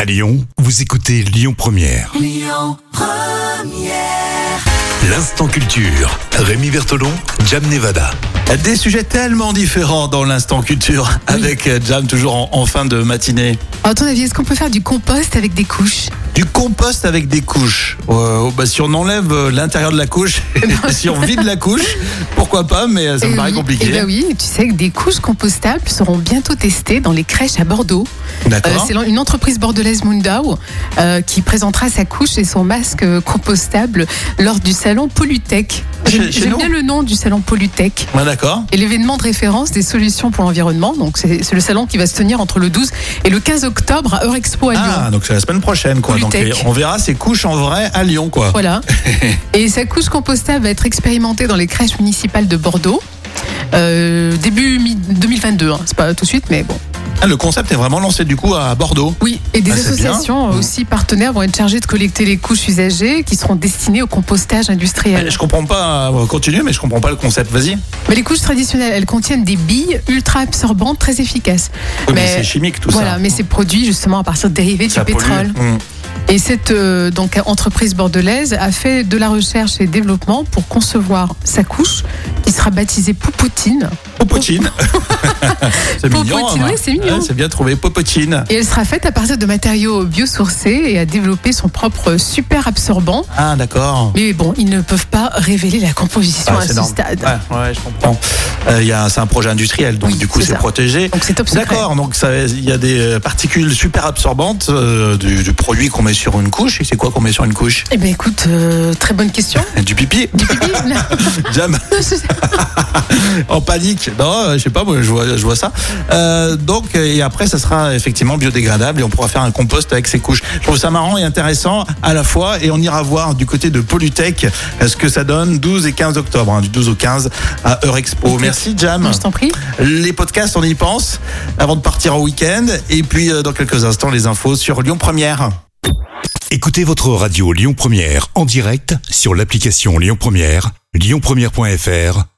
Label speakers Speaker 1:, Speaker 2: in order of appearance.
Speaker 1: À Lyon, vous écoutez Lyon Première. Lyon Première. L'instant culture. Rémi Bertolon, Jam Nevada.
Speaker 2: Des sujets tellement différents dans l'instant culture avec euh, Jam toujours en, en fin de matinée.
Speaker 3: À ton avis, est-ce qu'on peut faire du compost avec des couches
Speaker 2: Du compost avec des couches. Euh, bah, si on enlève euh, l'intérieur de la couche, bah, si on vide la couche, pourquoi pas, mais euh, ça me
Speaker 3: Eh
Speaker 2: paraît
Speaker 3: oui,
Speaker 2: compliqué.
Speaker 3: Eh ben oui, tu sais que des couches compostables seront bientôt testées dans les crèches à Bordeaux. Euh,
Speaker 2: D'accord.
Speaker 3: c'est l'en- une entreprise bordelaise Mundao euh, qui présentera sa couche et son masque euh, compostable lors du salon Polytech.
Speaker 2: Chez-
Speaker 3: J'aime
Speaker 2: chez
Speaker 3: j'aime
Speaker 2: nous
Speaker 3: bien le nom du salon Polytech.
Speaker 2: Ouais, Ah, d'accord.
Speaker 3: Et l'événement de référence des solutions pour l'environnement, donc c'est c'est le salon qui va se tenir entre le 12 et le 15 octobre à Eurexpo à Lyon.
Speaker 2: Ah, donc c'est la semaine prochaine, quoi. Donc,
Speaker 3: Polytech.
Speaker 2: euh, on verra ces couches en vrai à Lyon, quoi.
Speaker 3: Voilà. Et sa couche compostable va être expérimentée dans les crèches municipales de Bordeaux. euh, début mi- 2022, hein. c'est pas tout de suite, mais bon.
Speaker 2: Ah, le concept est vraiment lancé du coup à Bordeaux.
Speaker 3: Oui, et des
Speaker 2: Ah, c'est bien.
Speaker 3: associations
Speaker 2: Mhm.
Speaker 3: euh, aussi partenaires vont être chargées de collecter les couches usagées qui seront destinées au compostage industriel.
Speaker 2: Eh, Je comprends pas, on va continuer, mais je comprends pas le concept. Vas-y.
Speaker 3: Mais les couches traditionnelles, elles contiennent des billes ultra absorbantes, très efficaces.
Speaker 2: Oui, mais c'est chimique tout
Speaker 3: voilà,
Speaker 2: ça.
Speaker 3: mais c'est produit justement à partir de dérivés
Speaker 2: Ça
Speaker 3: du
Speaker 2: pollue.
Speaker 3: pétrole.
Speaker 2: Mmh.
Speaker 3: Et cette euh, donc, entreprise bordelaise a fait de la recherche et développement pour concevoir sa couche qui sera baptisée Poupotine.
Speaker 2: Popotine. c'est
Speaker 3: Popotine,
Speaker 2: mignon. hein.
Speaker 3: oui, c'est mignon.
Speaker 2: Ouais, c'est bien trouvé. Popotine.
Speaker 3: Et elle sera faite à partir de matériaux biosourcés et a développé son propre super absorbant.
Speaker 2: Ah, d'accord.
Speaker 3: Mais bon, ils ne peuvent pas révéler la composition
Speaker 2: Ah,
Speaker 3: à
Speaker 2: c'est
Speaker 3: ce
Speaker 2: énorme.
Speaker 3: stade.
Speaker 2: Ouais, ouais, je comprends. Euh, il y a un- c'est un projet industriel, donc
Speaker 3: Oui,
Speaker 2: du coup,
Speaker 3: c'est
Speaker 2: c'est
Speaker 3: ça.
Speaker 2: protégé.
Speaker 3: Donc c'est top secret.
Speaker 2: D'accord, donc ça- il y a des euh, particules super absorbantes euh, du, du produit qu'on met sur une couche. Et c'est quoi qu'on met sur une couche
Speaker 3: Eh bien écoute, euh, très bonne question.
Speaker 2: Du pipi
Speaker 3: Du pipi Non,
Speaker 2: Jam
Speaker 3: je-
Speaker 2: en panique. Non, euh, je sais pas, moi, je vois, je vois ça. Euh, donc, euh, et après, ça sera effectivement biodégradable et on pourra faire un compost avec ces couches. Je trouve ça marrant et intéressant à la fois. Et on ira voir du côté de Polytech euh, ce que ça donne 12 et 15 octobre, hein, du 12 au 15 à Eurexpo.
Speaker 3: Ok.
Speaker 2: Merci, Jam.
Speaker 3: je t'en prie.
Speaker 2: Les podcasts, on y pense avant de partir en week-end. Et puis, euh, dans quelques instants, les infos sur Lyon Première.
Speaker 1: Écoutez votre radio Lyon Première en direct sur l'application Lyon Première, lyonpremière.fr